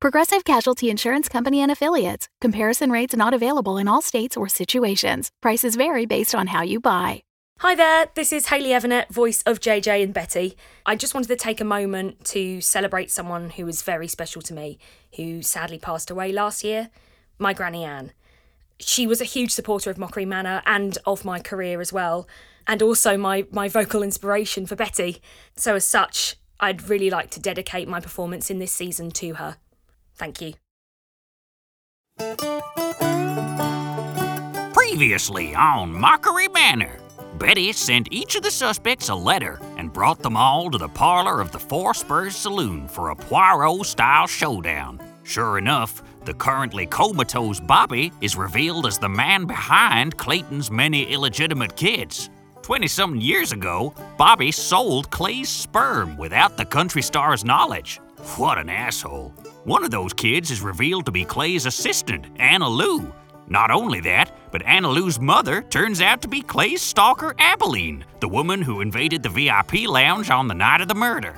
Progressive Casualty Insurance Company and Affiliates. Comparison rates not available in all states or situations. Prices vary based on how you buy. Hi there, this is Hayley Evanett, voice of JJ and Betty. I just wanted to take a moment to celebrate someone who was very special to me, who sadly passed away last year my Granny Anne. She was a huge supporter of Mockery Manor and of my career as well, and also my, my vocal inspiration for Betty. So, as such, I'd really like to dedicate my performance in this season to her. Thank you. Previously on Mockery Manor, Betty sent each of the suspects a letter and brought them all to the parlor of the Four Spurs Saloon for a Poirot style showdown. Sure enough, the currently comatose Bobby is revealed as the man behind Clayton's many illegitimate kids. 20 something years ago, Bobby sold Clay's sperm without the country star's knowledge. What an asshole. One of those kids is revealed to be Clay's assistant, Anna Lou. Not only that, but Anna Lou's mother turns out to be Clay's stalker, Abilene, the woman who invaded the VIP lounge on the night of the murder.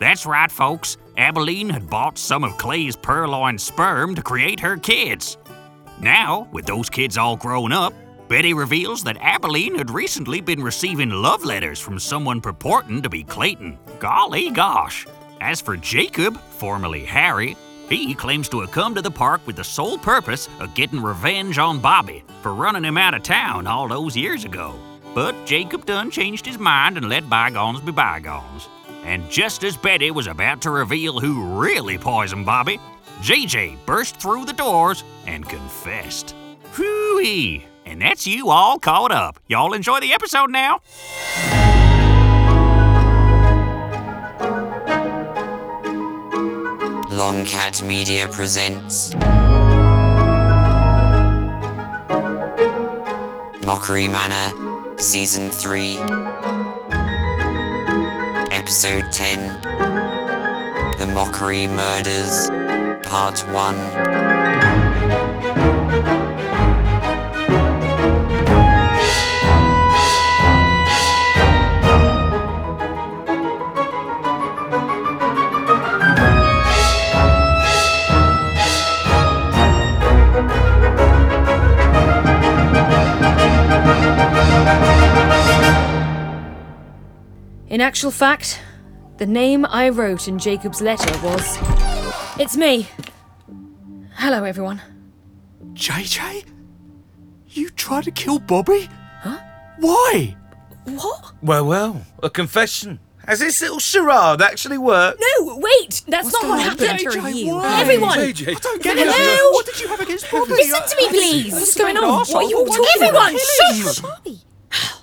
That's right, folks. Abilene had bought some of Clay's purloined sperm to create her kids. Now, with those kids all grown up, Betty reveals that Abilene had recently been receiving love letters from someone purporting to be Clayton. Golly gosh. As for Jacob, formerly Harry, he claims to have come to the park with the sole purpose of getting revenge on Bobby for running him out of town all those years ago. But Jacob Dunn changed his mind and let bygones be bygones. And just as Betty was about to reveal who really poisoned Bobby, JJ burst through the doors and confessed. Whoo-wee! And that's you all caught up. Y'all enjoy the episode now. Longcat Media presents Mockery Manor, Season 3, Episode 10 The Mockery Murders, Part 1. In actual fact, the name I wrote in Jacob's letter was. It's me! Hello, everyone. JJ? You tried to kill Bobby? Huh? Why? What? Well, well, a confession. Has this little charade actually worked? No, wait! That's not what happened! why? Everyone! I don't get Hello? it. What did you have against Bobby? Listen to me, please! What's going on? What are you all talking Everyone, about? shut up!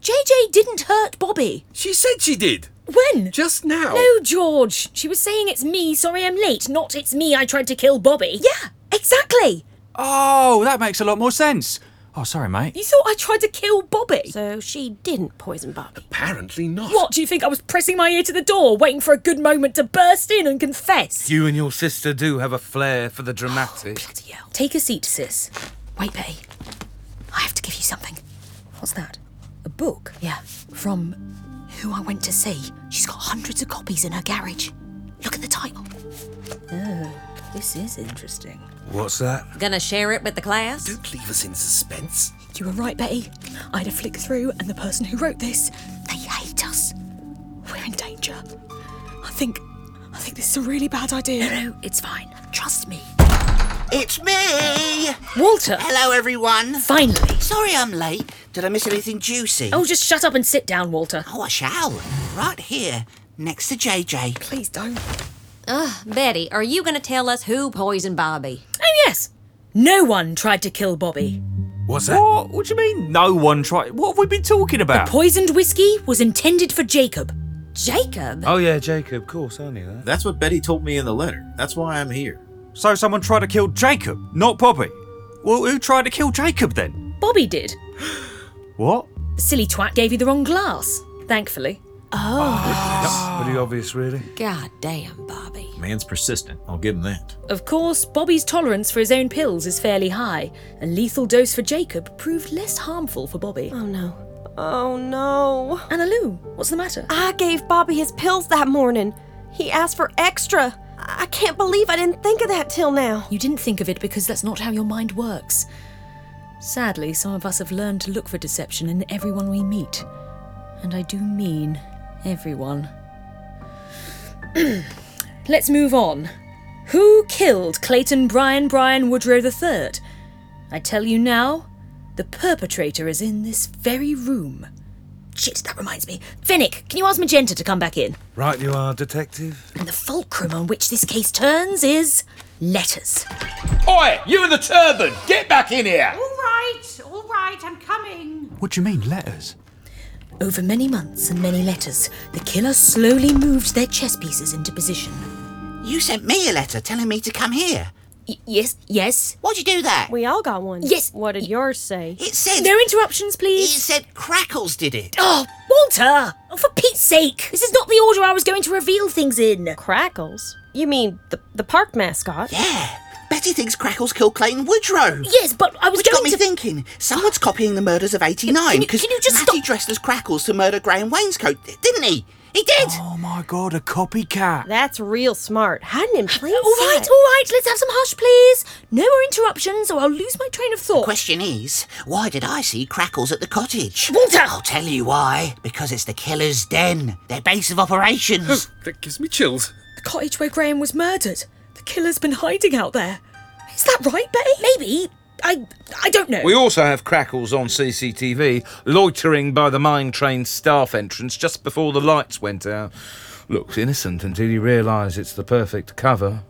JJ didn't hurt Bobby. She said she did. When? Just now. No, George. She was saying it's me, sorry I'm late, not it's me, I tried to kill Bobby. Yeah, exactly. Oh, that makes a lot more sense. Oh, sorry, mate. You thought I tried to kill Bobby? So she didn't poison Bobby. Apparently not. what, do you think I was pressing my ear to the door, waiting for a good moment to burst in and confess? You and your sister do have a flair for the dramatic. Take a seat, sis. Wait, Betty. I have to give you something. What's that? A book? Yeah, from who I went to see. She's got hundreds of copies in her garage. Look at the title. Oh, This is interesting. What's that? Gonna share it with the class? Don't leave us in suspense. You were right, Betty. I had a flick through, and the person who wrote this, they hate us. We're in danger. I think, I think this is a really bad idea. No, no, it's fine. Trust me. It's me! Walter! Hello, everyone. Finally! Sorry I'm late. Did I miss anything juicy? Oh, just shut up and sit down, Walter. Oh, I shall. Right here, next to JJ. Please don't. Betty, are you gonna tell us who poisoned Bobby? Oh, yes! No one tried to kill Bobby. What's that? What? What do you mean? No one tried. What have we been talking about? Poisoned whiskey was intended for Jacob. Jacob? Oh yeah, Jacob, of course, I knew that. That's what Betty told me in the letter. That's why I'm here. so someone tried to kill Jacob, not Bobby. Well, who tried to kill Jacob then? Bobby did. What? Silly twat gave you the wrong glass, thankfully. Oh. Pretty obvious, really. God damn. Man's persistent. I'll give him that. Of course, Bobby's tolerance for his own pills is fairly high. A lethal dose for Jacob proved less harmful for Bobby. Oh no. Oh no. Anna Lou, what's the matter? I gave Bobby his pills that morning. He asked for extra. I I can't believe I didn't think of that till now. You didn't think of it because that's not how your mind works. Sadly, some of us have learned to look for deception in everyone we meet. And I do mean everyone. Let's move on. Who killed Clayton Brian Brian Woodrow III? I tell you now, the perpetrator is in this very room. Shit, that reminds me. Finnick, can you ask Magenta to come back in? Right, you are, detective. And the fulcrum on which this case turns is letters. Oi, you in the turban, get back in here! All right, all right, I'm coming. What do you mean, letters? Over many months and many letters, the killer slowly moved their chess pieces into position. You sent me a letter telling me to come here. yes, yes. Why'd you do that? We all got one. Yes. What did yours say? It said. No interruptions, please. It said Crackles did it. Oh, Walter! Oh, for Pete's sake! This is not the order I was going to reveal things in. Crackles? You mean the, the park mascot? Yeah. Betty thinks Crackles killed Clayton Woodrow. Yes, but I was Which got going me to- thinking. Someone's copying the murders of Can 89 you- because can you just Matty dressed as Crackles to murder Graham Wainscoat, d- didn't he? He did! Oh my god, a copycat. That's real smart. Hiding in plain All right, all right, let's have some hush, please. No more interruptions, or I'll lose my train of thought. Question is, why did I see Crackles at the cottage? Walter! I'll tell you why. Because it's the killer's den, their base of operations. That gives me chills. The cottage where Graham was murdered. The killer's been hiding out there. Is that right, Betty? Maybe. I I don't know. We also have Crackles on CCTV, loitering by the mine train staff entrance just before the lights went out. Looks innocent until you realise it's the perfect cover.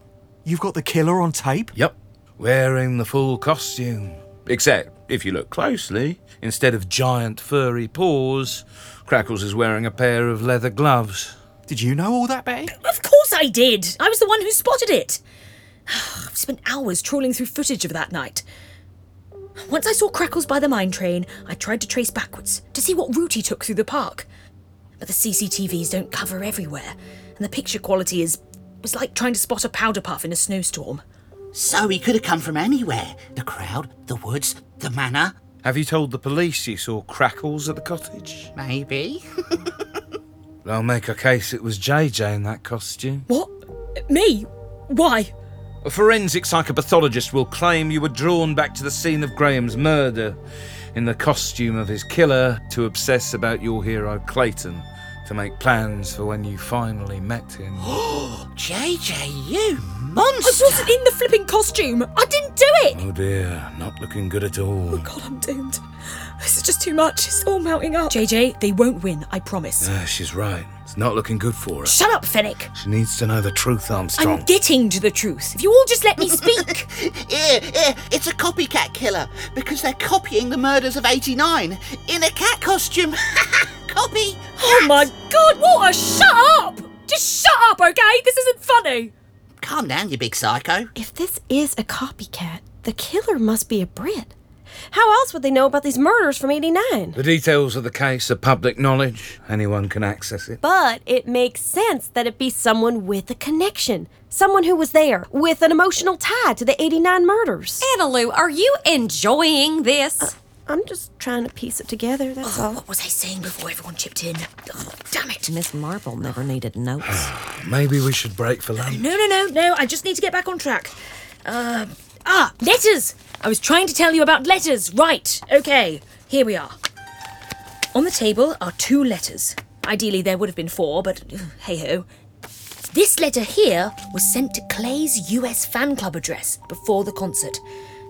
You've got the killer on tape? Yep. Wearing the full costume. Except, if you look closely, instead of giant furry paws, Crackles is wearing a pair of leather gloves. Did you know all that, Betty? Of course I did. I was the one who spotted it. I've spent hours trawling through footage of that night. Once I saw Crackles by the mine train, I tried to trace backwards to see what route he took through the park. But the CCTVs don't cover everywhere, and the picture quality is was like trying to spot a powder puff in a snowstorm. so he could have come from anywhere. The crowd, the woods, the manor. Have you told the police you saw Crackles at the cottage? Maybe. They'll make a case it was JJ in that costume. What? Me? Why? A forensic psychopathologist will claim you were drawn back to the scene of Graham's murder in the costume of his killer to obsess about your hero Clayton to make plans for when you finally met him. JJ, you I wasn't in the flipping costume. I didn't do it. oh dear, not looking good at Oh, all. God, I'm doomed. This is just too much. It's all mounting up. JJ, they won't win, I promise. Ah, she's right. It's not looking good for her. Shut up, Fennec. She needs to know the truth, Armstrong. I'm getting to the truth. If you all just let me speak. Here, here, it's a copycat killer because they're copying the murders of 89 in a cat costume. Copy! oh my god, Walter, shut up! Just shut up, okay? This isn't funny. Calm down, you big psycho. If this is a copycat, the killer must be a Brit. How else would they know about these murders from 89? The details of the case are public knowledge. Anyone can access it. But it makes sense that it be someone with a connection. Someone who was there with an emotional tie to the 89 murders. Uh, Annalou, are you enjoying this? I'm just trying to piece it together, that's all. What was I saying before everyone chipped in? Oh, damn it. Miss Marple never needed notes. Maybe we should break for lunch. No, no, no, no. I just need to get back on track. Uh, ah, letters. I was trying to tell you about letters. Right. Okay. Here we are. On the table are two letters. Ideally, there would have been four, but hey ho. This letter here was sent to Clay's US fan club address before the concert.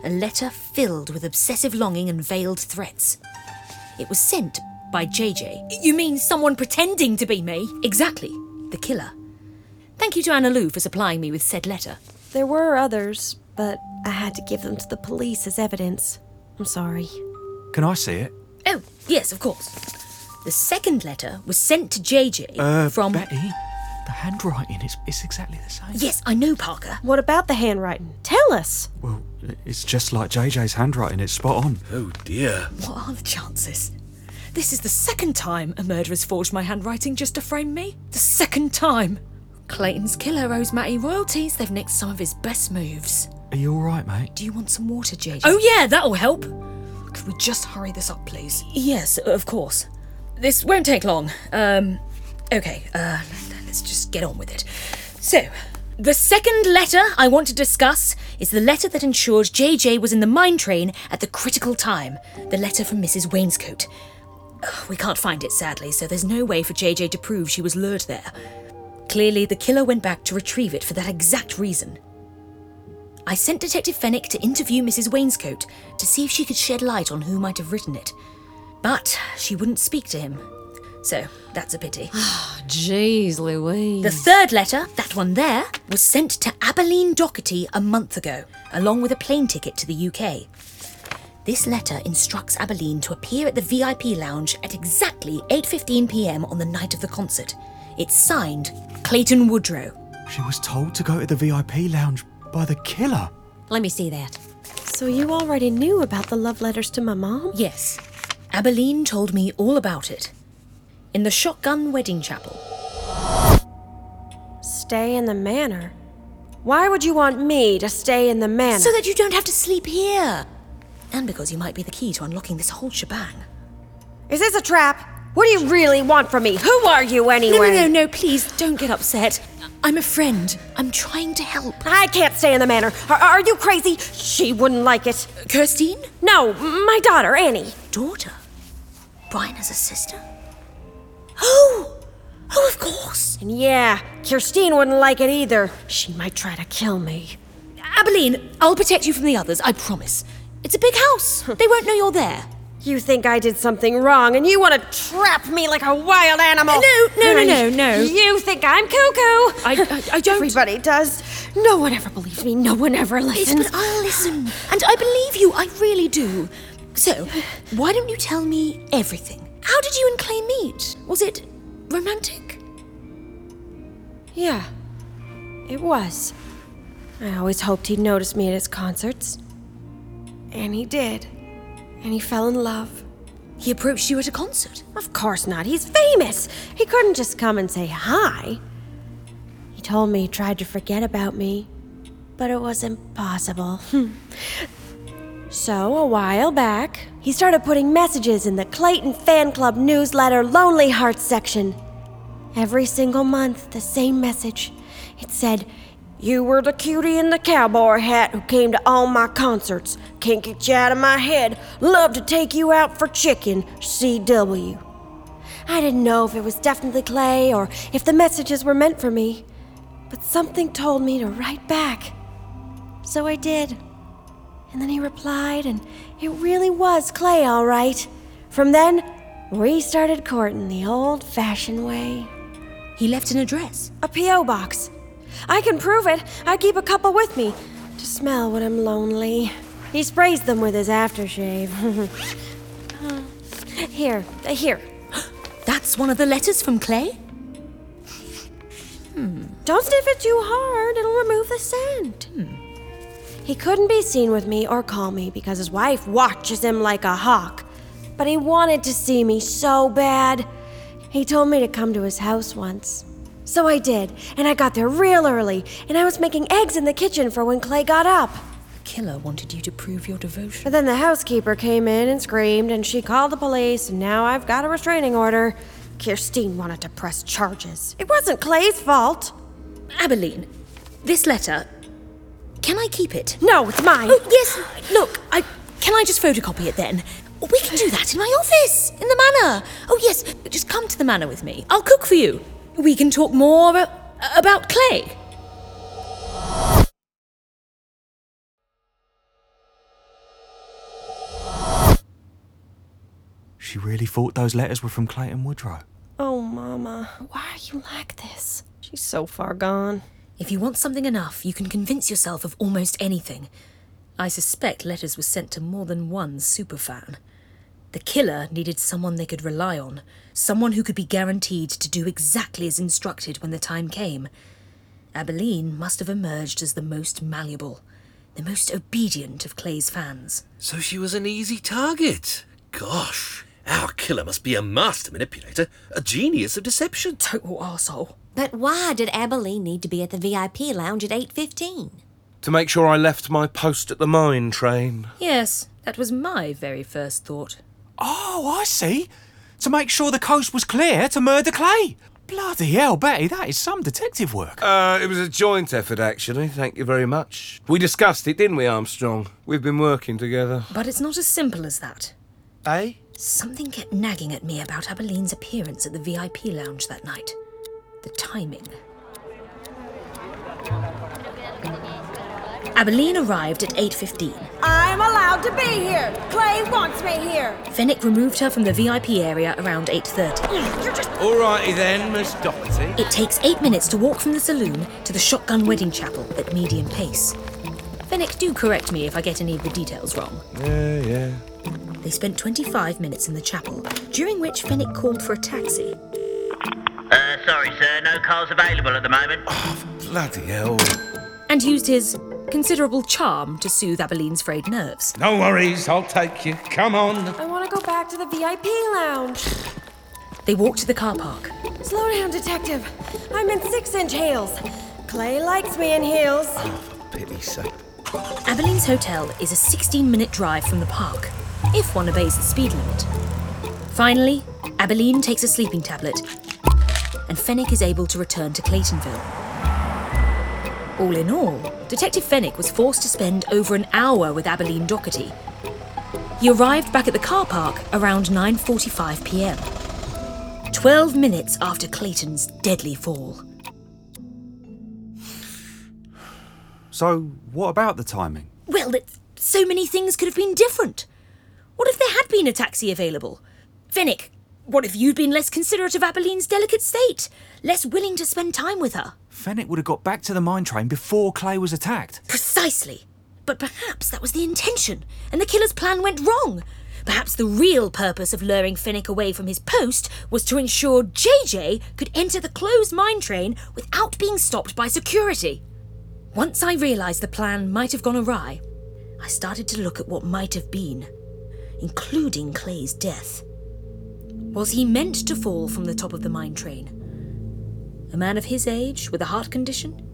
A letter filled with obsessive longing and veiled threats. It was sent by JJ. You mean someone pretending to be me? Exactly. The killer. Thank you to Anna Lou for supplying me with said letter. There were others, but I had to give them to the police as evidence. I'm sorry. Can I see it? Oh, yes, of course. The second letter was sent to JJ Uh, from. Betty? The handwriting is, is exactly the same. Yes, I knew, Parker. What about the handwriting? Tell us. Well, it's just like JJ's handwriting. It's spot on. Oh dear. What are the chances? This is the second time a murderer's forged my handwriting just to frame me. The second time. Clayton's killer owes Matty royalties. They've nicked some of his best moves. Are you all right, mate? Do you want some water, JJ? Oh, yeah, that'll help. Could we just hurry this up, please? Yes, of course. This won't take long. Um, okay, uh, let's just get on with it. So, the second letter I want to discuss is the letter that ensured JJ was in the mine train at the critical time. The letter from Mrs. Wainscote. Ugh, We can't find it, sadly, so there's no way for JJ to prove she was lured there. Clearly, the killer went back to retrieve it for that exact reason. I sent Detective Fenwick to interview Mrs. Wainscote to see if she could shed light on who might have written it. But she wouldn't speak to him. So, that's a pity. Jeez Louise. The third letter, that one there, was sent to Abilene Doherty a month ago, along with a plane ticket to the UK. This letter instructs Abilene to appear at the VIP lounge at exactly 8:15 p.m. on the night of the concert. It's signed Clayton Woodrow. She was told to go to the VIP lounge by the killer. Let me see that. So you already knew about the love letters to my mom? Yes. Abilene told me all about it. In the Shotgun Wedding Chapel. Stay in the manor. Why would you want me to stay in the manor? So that you don't have to sleep here. And because you might be the key to unlocking this whole shebang. Is this a trap? What do you really want from me? Who are you anyway? No, no, no, no, please don't get upset. I'm a friend. I'm trying to help. I can't stay in the manor. Are, are you crazy? She wouldn't like it. Kirstine? No, my daughter, Annie. Daughter? Brian has a sister? Oh! Oh, of course! And yeah, Kirstine wouldn't like it either. She might try to kill me. Abilene, I'll protect you from the others, I promise. It's a big house. They won't know you're there. You think I did something wrong and you want to trap me like a wild animal. No, no, no, no, no. You think I'm cuckoo. I, I, I don't. Everybody does. No one ever believes me. No one ever Yes, listens. but I'll listen. And I believe you, I really do. So, why don't you tell me everything? How did you and Clay meet? Was it romantic? Yeah, it was. I always hoped he'd notice me at his concerts. And he did. And he fell in love. He approached you at a concert. Of course not. He's famous. He couldn't just come and say hi. He told me he tried to forget about me, but it was impossible. so, a while back, he started putting messages in the Clayton Fan Club newsletter Lonely Hearts section. Every single month, the same message. It said, You were the cutie in the cowboy hat who came to all my concerts. Can't get you out of my head. Love to take you out for chicken, CW. I didn't know if it was definitely Clay or if the messages were meant for me, but something told me to write back. So I did. And then he replied, and it really was Clay, all right. From then, we started courting the old fashioned way. He left an address. A P.O. box. I can prove it. I keep a couple with me to smell when I'm lonely. He sprays them with his aftershave. here, uh, here. That's one of the letters from Clay? Don't sniff it too hard, it'll remove the scent. He couldn't be seen with me or call me because his wife watches him like a hawk. But he wanted to see me so bad. He told me to come to his house once. So I did, and I got there real early, and I was making eggs in the kitchen for when Clay got up. The killer wanted you to prove your devotion. But then the housekeeper came in and screamed, and she called the police, and now I've got a restraining order. Kirstine wanted to press charges. It wasn't Clay's fault. Abilene, this letter. Can I keep it? No, it's mine. Oh, yes. Look, I can I just photocopy it then? We can do that in my office, in the manor. Oh, yes. Just come to the manor with me. I'll cook for you. We can talk more uh, about Clay. She really thought those letters were from Clayton Woodrow. Oh, Mama, why are you like this? She's so far gone. If you want something enough, you can convince yourself of almost anything. I suspect letters were sent to more than one superfan. The killer needed someone they could rely on, someone who could be guaranteed to do exactly as instructed when the time came. Abilene must have emerged as the most malleable, the most obedient of Clay's fans. So she was an easy target. Gosh, our killer must be a master manipulator, a genius of deception. Total arsehole. But why did Abilene need to be at the VIP lounge at 8.15? To make sure I left my post at the mine train. Yes, that was my very first thought. Oh, I see. To make sure the coast was clear to murder Clay. Bloody hell, Betty, that is some detective work. Uh, it was a joint effort, actually. Thank you very much. We discussed it, didn't we, Armstrong? We've been working together. But it's not as simple as that. Eh? Something kept nagging at me about Abilene's appearance at the VIP lounge that night. The timing. Abilene arrived at 8.15. I'm allowed to be here. Clay wants me here. Fennec removed her from the VIP area around 8.30. You're just. Alrighty then, Miss Doherty. It takes eight minutes to walk from the saloon to the Shotgun Wedding Chapel at medium pace. Fennec, do correct me if I get any of the details wrong. Yeah, yeah. They spent 25 minutes in the chapel, during which Fennec called for a taxi. Uh, sorry, sir, no cars available at the moment. Bloody hell. And used his considerable charm to soothe Abilene's frayed nerves. No worries, I'll take you. Come on. I want to go back to the VIP lounge. They walked to the car park. Slow down, detective. I'm in six inch heels. Clay likes me in heels. Pity sake. Abilene's hotel is a 16 minute drive from the park, if one obeys the speed limit. Finally, Abilene takes a sleeping tablet, and Fenwick is able to return to Claytonville. All in all, Detective Fenwick was forced to spend over an hour with Abilene Doherty. He arrived back at the car park around 9:45 p.m. 12 minutes after Clayton's deadly fall. So, what about the timing? Well, that so many things could have been different. What if there had been a taxi available? Fenwick, what if you'd been less considerate of Abilene's delicate state? Less willing to spend time with her? Fennec would have got back to the mine train before Clay was attacked. Precisely. But perhaps that was the intention, and the killer's plan went wrong. Perhaps the real purpose of luring Fennec away from his post was to ensure JJ could enter the closed mine train without being stopped by security. Once I realised the plan might have gone awry, I started to look at what might have been, including Clay's death. Was he meant to fall from the top of the mine train? A man of his age with a heart condition?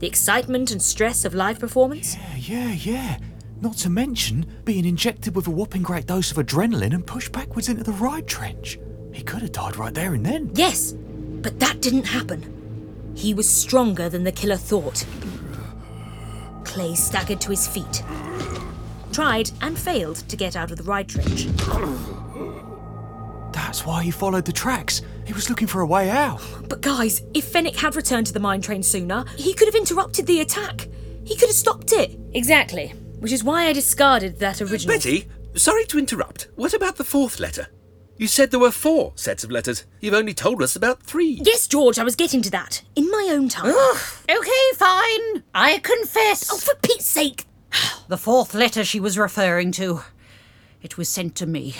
The excitement and stress of live performance? Yeah, yeah. Not to mention being injected with a whopping great dose of adrenaline and pushed backwards into the ride trench. He could have died right there and then. Yes, but that didn't happen. He was stronger than the killer thought. Clay staggered to his feet, tried and failed to get out of the ride trench. That's why he followed the tracks. He was looking for a way out. But guys, if Fennec had returned to the mine train sooner, he could have interrupted the attack. He could have stopped it. Exactly. Which is why I discarded that original. Betty, sorry to interrupt. What about the fourth letter? You said there were four sets of letters. You've only told us about three. Yes, George, I was getting to that. In my own time. Okay, fine. I confess. Oh, for Pete's sake. The fourth letter she was referring to. It was sent to me.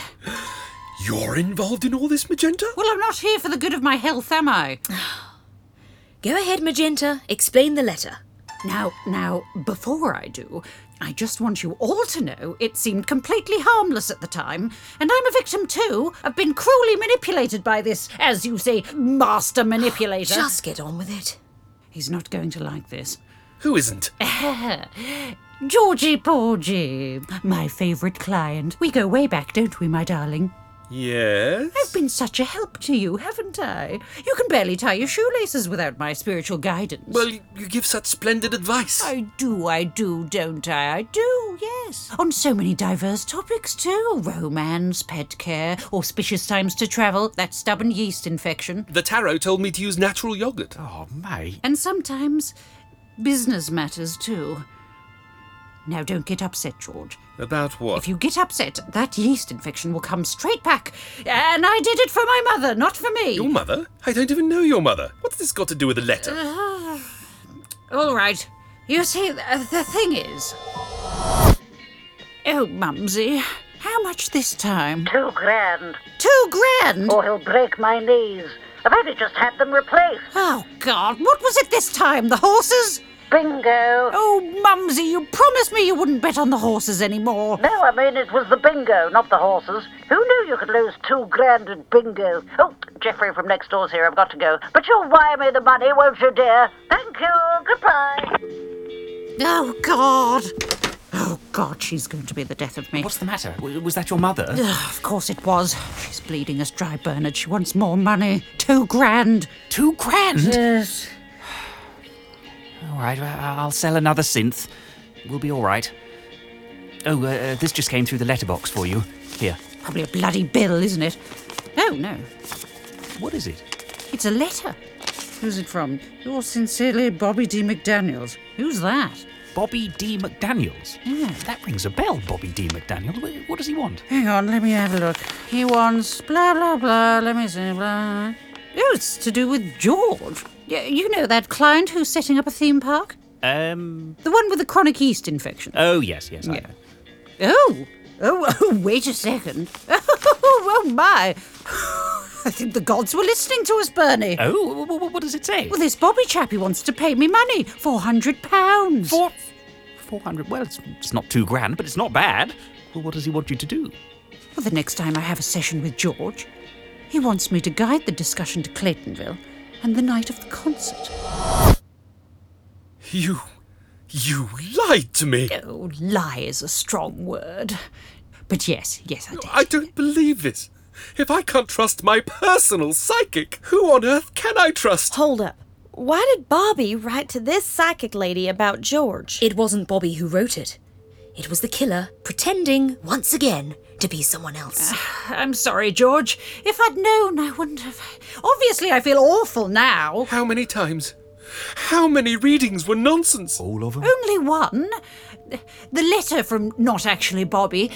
You're involved in all this, Magenta? Well, I'm not here for the good of my health, am I? Go ahead, Magenta. Explain the letter. Now, now, before I do, I just want you all to know it seemed completely harmless at the time, and I'm a victim too. I've been cruelly manipulated by this, as you say, master manipulator. Just get on with it. He's not going to like this. Who isn't? Georgie Porgy, my favourite client. We go way back, don't we, my darling? Yes. I've been such a help to you, haven't I? You can barely tie your shoelaces without my spiritual guidance. Well, you, you give such splendid advice. I do, I do, don't I? I do, yes. On so many diverse topics, too romance, pet care, auspicious times to travel, that stubborn yeast infection, The tarot told me to use natural yogurt. Oh, mate. and sometimes business matters, too. Now, don't get upset, George. About what? If you get upset, that yeast infection will come straight back. And I did it for my mother, not for me. Your mother? I don't even know your mother. What's this got to do with the letter? Ah. all right. You see, th- the thing is. Oh, Mumsy, how How much this time? Two grand. Two grand? Or he'll break my knees. I've only just had them replaced. Oh, God, what was it this time? The horses? Bingo. Oh, Mumsy, you promised me you wouldn't bet on the horses anymore. No, I mean it was the bingo, not the horses. Who knew you could lose two grand at bingo? Oh, Jeffrey from next door's here. I've got to go. But you'll wire me the money, won't you, dear? Thank you. Goodbye. Oh, God. Oh, God, she's going to be the death of me. What's the matter? was that your mother? of course it was. She's bleeding us dry, Bernard. She wants more money. Two grand. Two grand? Yes. All right, I- I'll sell another synth. We'll be all right. Oh, uh, uh, this just came through the letterbox for you. Here. Probably a bloody bill, isn't it? Oh, no. What is it? It's a letter. Who's it from? Yours sincerely, Bobby D. McDaniels. Who's that? Bobby D. McDaniels? Yeah. That rings a bell, Bobby D. McDaniel. Wh- What does he want? Hang on, let me have a look. He wants blah blah blah. Let me see blah. Oh, it's to do with George. Y- You know that client who's setting up a theme park, Um. the one with the chronic yeast infection. Oh, yes, yes. I know. Oh, oh, oh wait a second. Oh, my! I think the gods were listening to us, Bernie. Oh, wh- wh- what does it say? Well, this Bobby chap he wants to pay me money, four hundred pounds. Four, four hundred. Well, it's It's not two grand, but it's not bad. Well, what does he want you to do? Well, the next time I have a session with George, he wants me to guide the discussion to Claytonville and the night of the concert. You. you lied to me. Oh, lie is a strong word. But yes, yes, I did. I don't believe it. If I can't trust my personal psychic, who on earth can I trust? Hold up. Why did Bobby write to this psychic lady about George? It wasn't Bobby who wrote it. It was the killer pretending, once again, to be someone else. I'm sorry, George. If I'd known, I wouldn't have. Obviously, I feel awful now. How many times? How many readings were nonsense? All of them. Only one. The letter from not actually Bobby.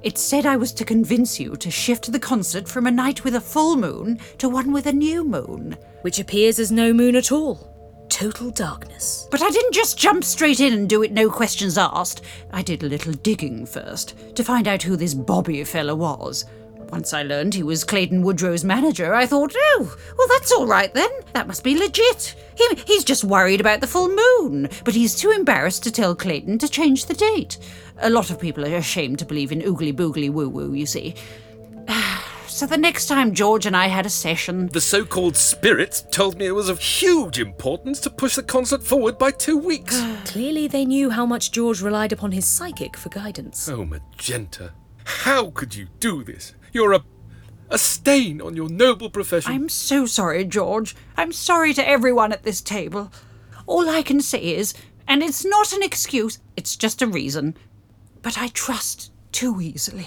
It said I was to convince you to shift the concert from a night with a full moon to one with a new moon. Which appears as no moon at all. Total darkness. But I didn't just jump straight in and do it no questions asked. I did a little digging first to find out who this Bobby fella was. Once I learned he was Clayton Woodrow's manager, I thought, oh, well, that's all right then. That must be legit. He, he's just worried about the full moon, but he's too embarrassed to tell Clayton to change the date. A lot of people are ashamed to believe in oogly boogly woo woo, you see. So the next time George and I had a session, The so called spirits told me it was of huge importance to push the concert forward by two weeks. Uh. Clearly, they knew how much George relied upon his psychic for guidance. Oh, Magenta, how could you do this? You're a. a stain on your noble profession. I'm so sorry, George. I'm sorry to everyone at this table. All I can say is, and it's not an excuse, it's just a reason, but I trust too easily.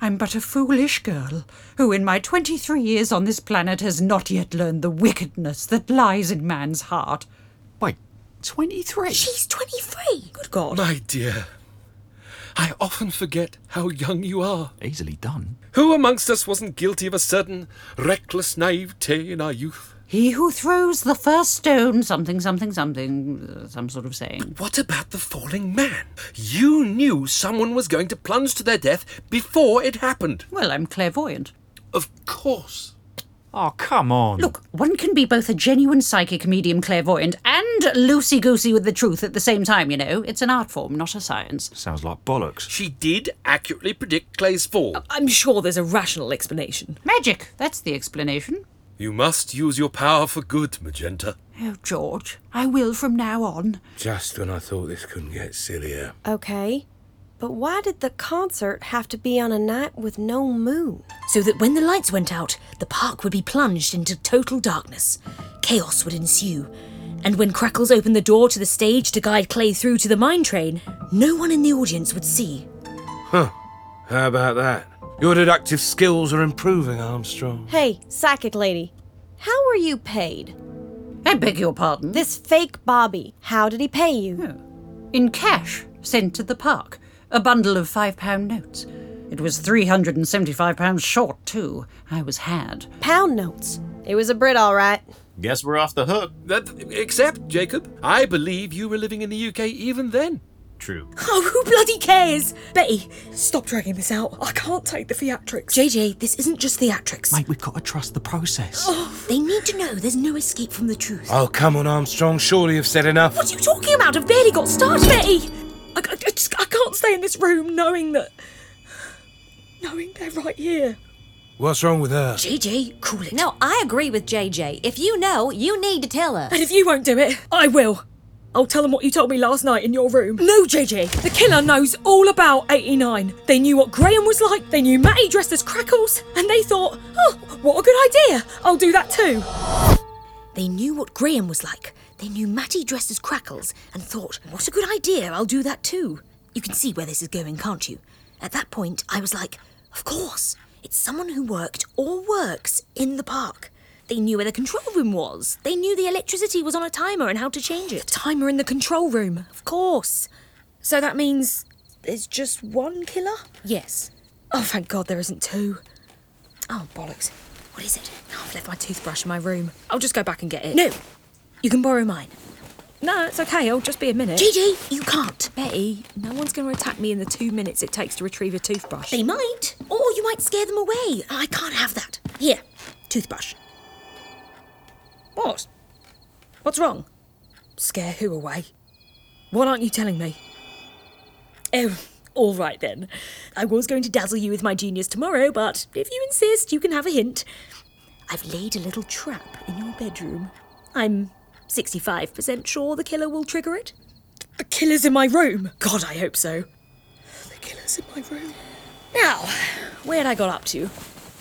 I'm but a foolish girl who, in my 23 years on this planet, has not yet learned the wickedness that lies in man's heart. Wait, 23? She's 23? Good God. My dear, I often forget how young you are. Easily done. Who amongst us wasn't guilty of a certain reckless naivete in our youth? He who throws the first stone, something, something, something, uh, some sort of saying. What about the falling man? You knew someone was going to plunge to their death before it happened. Well, I'm clairvoyant. Of course. Oh, come on. Look, one can be both a genuine psychic medium clairvoyant and loosey goosey with the truth at the same time, you know. It's an art form, not a science. Sounds like bollocks. She did accurately predict Clay's Oh. fall. I'm sure there's a rational explanation. Magic, that's the explanation. You must use your power for good, Magenta. Oh, George, I will from now on. Just when I thought this couldn't get sillier. Okay. But why did the concert have to be on a night with no moon? So that when the lights went out, the park would be plunged into total darkness. Chaos would ensue. And when Crackles opened the door to the stage to guide Clay through to the mine train, no one in the audience would see. Huh. How about that? Your deductive skills are improving, Armstrong. Hey, psychic lady, how were you paid? I beg your pardon? This fake Bobby, how did he pay you? In cash, sent to the park. A bundle of £5 notes. It was £375 short, too. I was had. Pound notes. It was a Brit, all right. Guess we're off the hook. That, except, Jacob, I believe you were living in the UK even then. True. Oh, who bloody cares? Betty, stop dragging this out. I can't take the theatrics. JJ, this isn't just theatrics. Mate, we've got to trust the process. They need to know there's no escape from the truth. Oh, come on, Armstrong. Surely you've said enough. What are you talking about? I've barely got started. Betty! I, I just, I can't stay in this room knowing that. knowing they're right here. What's wrong with her? JJ, cool it. No, I agree with JJ. If you know, you need to tell us. And if you won't do it, I will. I'll tell them what you told me last night in your room. No, JJ. The killer knows all about 89. They knew what Graham was like, they knew Matty dressed as Crackles, and they thought, oh, what a good idea. I'll do that too. They knew what Graham was like. They knew Matty dressed as Crackles and thought, what a good idea, I'll do that too. You can see where this is going, can't you? At that point, I was like, of course. It's someone who worked or works in the park. They knew where the control room was. They knew the electricity was on a timer and how to change it. timer in the control room, of course. So that means there's just one killer? Yes. Oh, thank God there isn't two. Oh, bollocks. What is it? Oh, I've left my toothbrush in my room. I'll just go back and get it. No! You can borrow mine. No, it's okay. I'll just be a minute. Gigi, you can't. Betty, no one's going to attack me in the two minutes it takes to retrieve a toothbrush. They might. Or you might scare them away. I can't have that. Here, toothbrush. What? What's wrong? Scare who away? What aren't you telling me? Oh, all right then. I was going to dazzle you with my genius tomorrow, but if you insist, you can have a hint. I've laid a little trap in your bedroom. I'm 65% sure the killer will trigger it. The killer's in my room. God, I hope so. The killer's in my room. Now, where'd I got up to?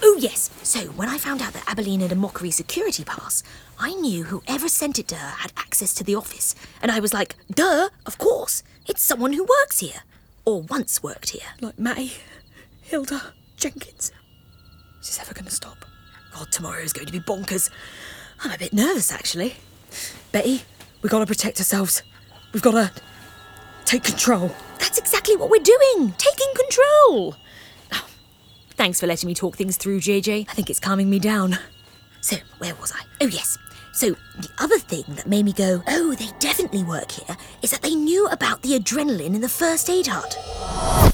Oh, yes. So, when I found out that Abilene had a mockery security pass, I knew whoever sent it to her had access to the office. And I was like, duh, of course. It's someone who works here. Or once worked here. Like Matty, Hilda, Jenkins. Is this ever going to stop? God, tomorrow's going to be bonkers. I'm a bit nervous, actually. Betty, we gotta protect ourselves. We've gotta take control. That's exactly what we're doing taking control. Oh, thanks for letting me talk things through, JJ. I think it's calming me down. So, where was I? Oh, yes. So, the other thing that made me go, oh, they definitely work here, is that they knew about the adrenaline in the first aid hut.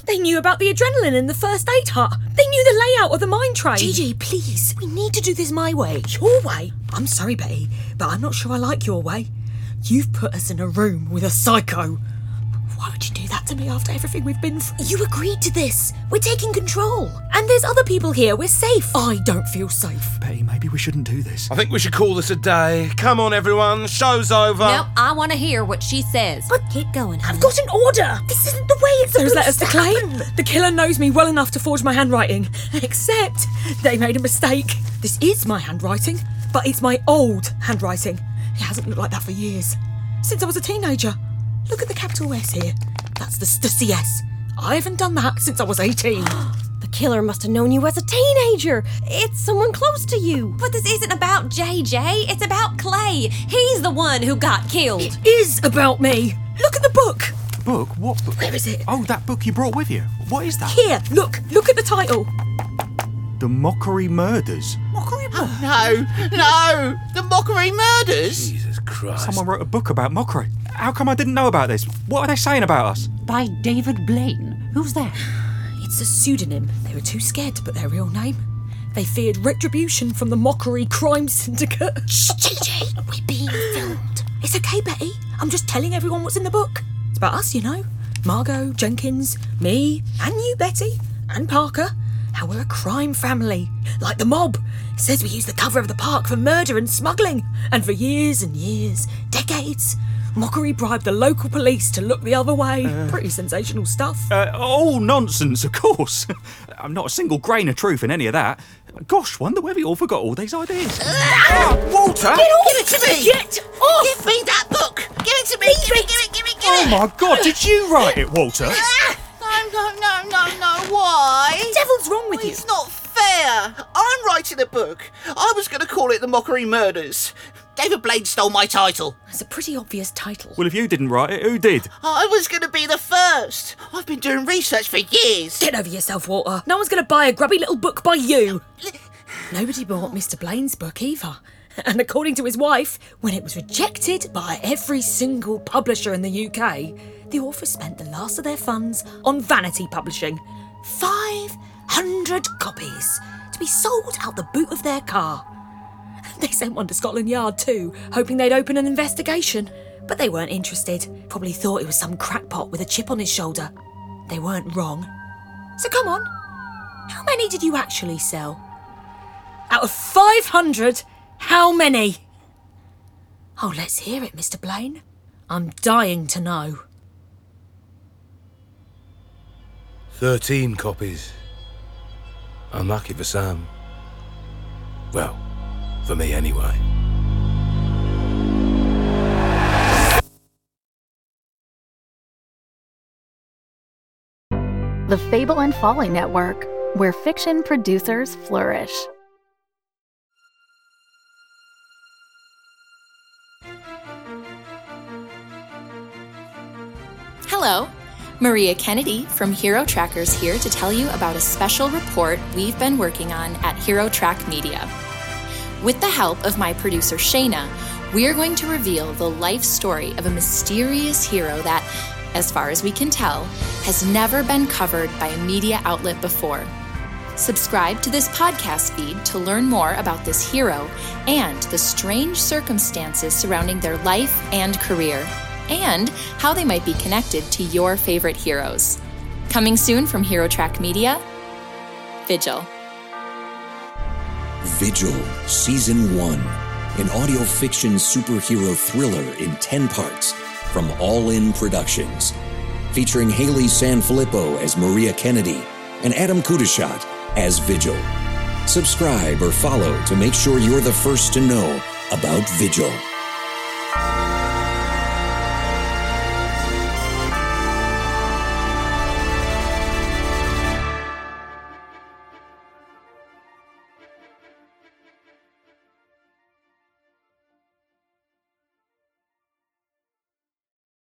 They knew about the adrenaline in the first aid hut. They knew the layout of the mine train. JJ, please, we need to do this my way. Your way? I'm sorry, Betty, but I'm not sure I like your way. You've put us in a room with a psycho. Why would you do that to me after everything we've been through? You agreed to this. We're taking control. And there's other people here. We're safe. I don't feel safe. Betty, maybe we shouldn't do this. I think we should call this a day. Come on, everyone. Show's over. No, I want to hear what she says. But keep going. I've got an order. This isn't the way it's Those supposed letters to to claim. happen. The killer knows me well enough to forge my handwriting. Except they made a mistake. This is my handwriting, but it's my old handwriting. It hasn't looked like that for years. Since I was a teenager. Look at the capital S here. That's the stussy S. I haven't done that since I was 18. The killer must have known you as a teenager. It's someone close to you. But this isn't about JJ, it's about Clay. He's the one who got killed. is about me. Look at the book. Book? What book? Where is it? Oh, that book you brought with you. What is that? Here, look. Look at the title. The Mockery Murders. Oh, no, no! The mockery murders! Jesus Christ. Someone wrote a book about mockery. How come I didn't know about this? What are they saying about us? By David Blaine. Who's that? It's a pseudonym. They were too scared to put their real name. They feared retribution from the mockery crime syndicate. Shh, JJ, we're being filmed. It's okay, Betty. I'm just telling everyone what's in the book. It's about us, you know. Margot, Jenkins, me, and you, Betty, and Parker. How we're a crime family, like the mob. It says we use the cover of the park for murder and smuggling. And for years and years, decades, Mockery bribed the local police to look the other way. Pretty sensational stuff. Uh, all nonsense, of course. I'm not a single grain of truth in any of that. Gosh, wonder where we all forgot all these ideas. Ah, Walter! Give it to me! Get off! Give me that book! Give it to me! Give it, give it, give it, give Oh it! my God, did you write it, Walter? No, no, no, no, no, why? The devil's wrong with you. It's not fair. I'm writing a book. I was going to call it The Mockery Murders. David Blade stole my title. It's a pretty obvious title. Well, if you didn't write it, who did? I was going to be the first. I've been doing research for years. Get over yourself, Walter. No one's going to buy a grubby little book by you. Nobody bought Mr. Blaine's book either. And according to his wife, when it was rejected by every single publisher in the UK, the authors spent the last of their funds on vanity publishing 500 copies to be sold out the boot of their car. They sent one to Scotland Yard too, hoping they'd open an investigation. But they weren't interested, probably thought it was some crackpot with a chip on his shoulder. They weren't wrong. So come on, how many did you actually sell? Out of 500, how many? Oh, let's hear it, Mr. Blaine. I'm dying to know. 13 copies. Unlucky for Sam. Well, for me anyway. The Fable and Folly Network, where fiction producers flourish. Hello, Maria Kennedy from Hero Trackers here to tell you about a special report we've been working on at Hero Track Media. With the help of my producer Shayna, we are going to reveal the life story of a mysterious hero that, as far as we can tell, has never been covered by a media outlet before. Subscribe to this podcast feed to learn more about this hero and the strange circumstances surrounding their life and career, and how they might be connected to your favorite heroes. Coming soon from Hero Track Media, Vigil. Vigil, Season 1, an audio fiction superhero thriller in 10 parts from All In Productions. Featuring Haley Sanfilippo as Maria Kennedy and Adam Kudashat as Vigil. Subscribe or follow to make sure you're the first to know about Vigil.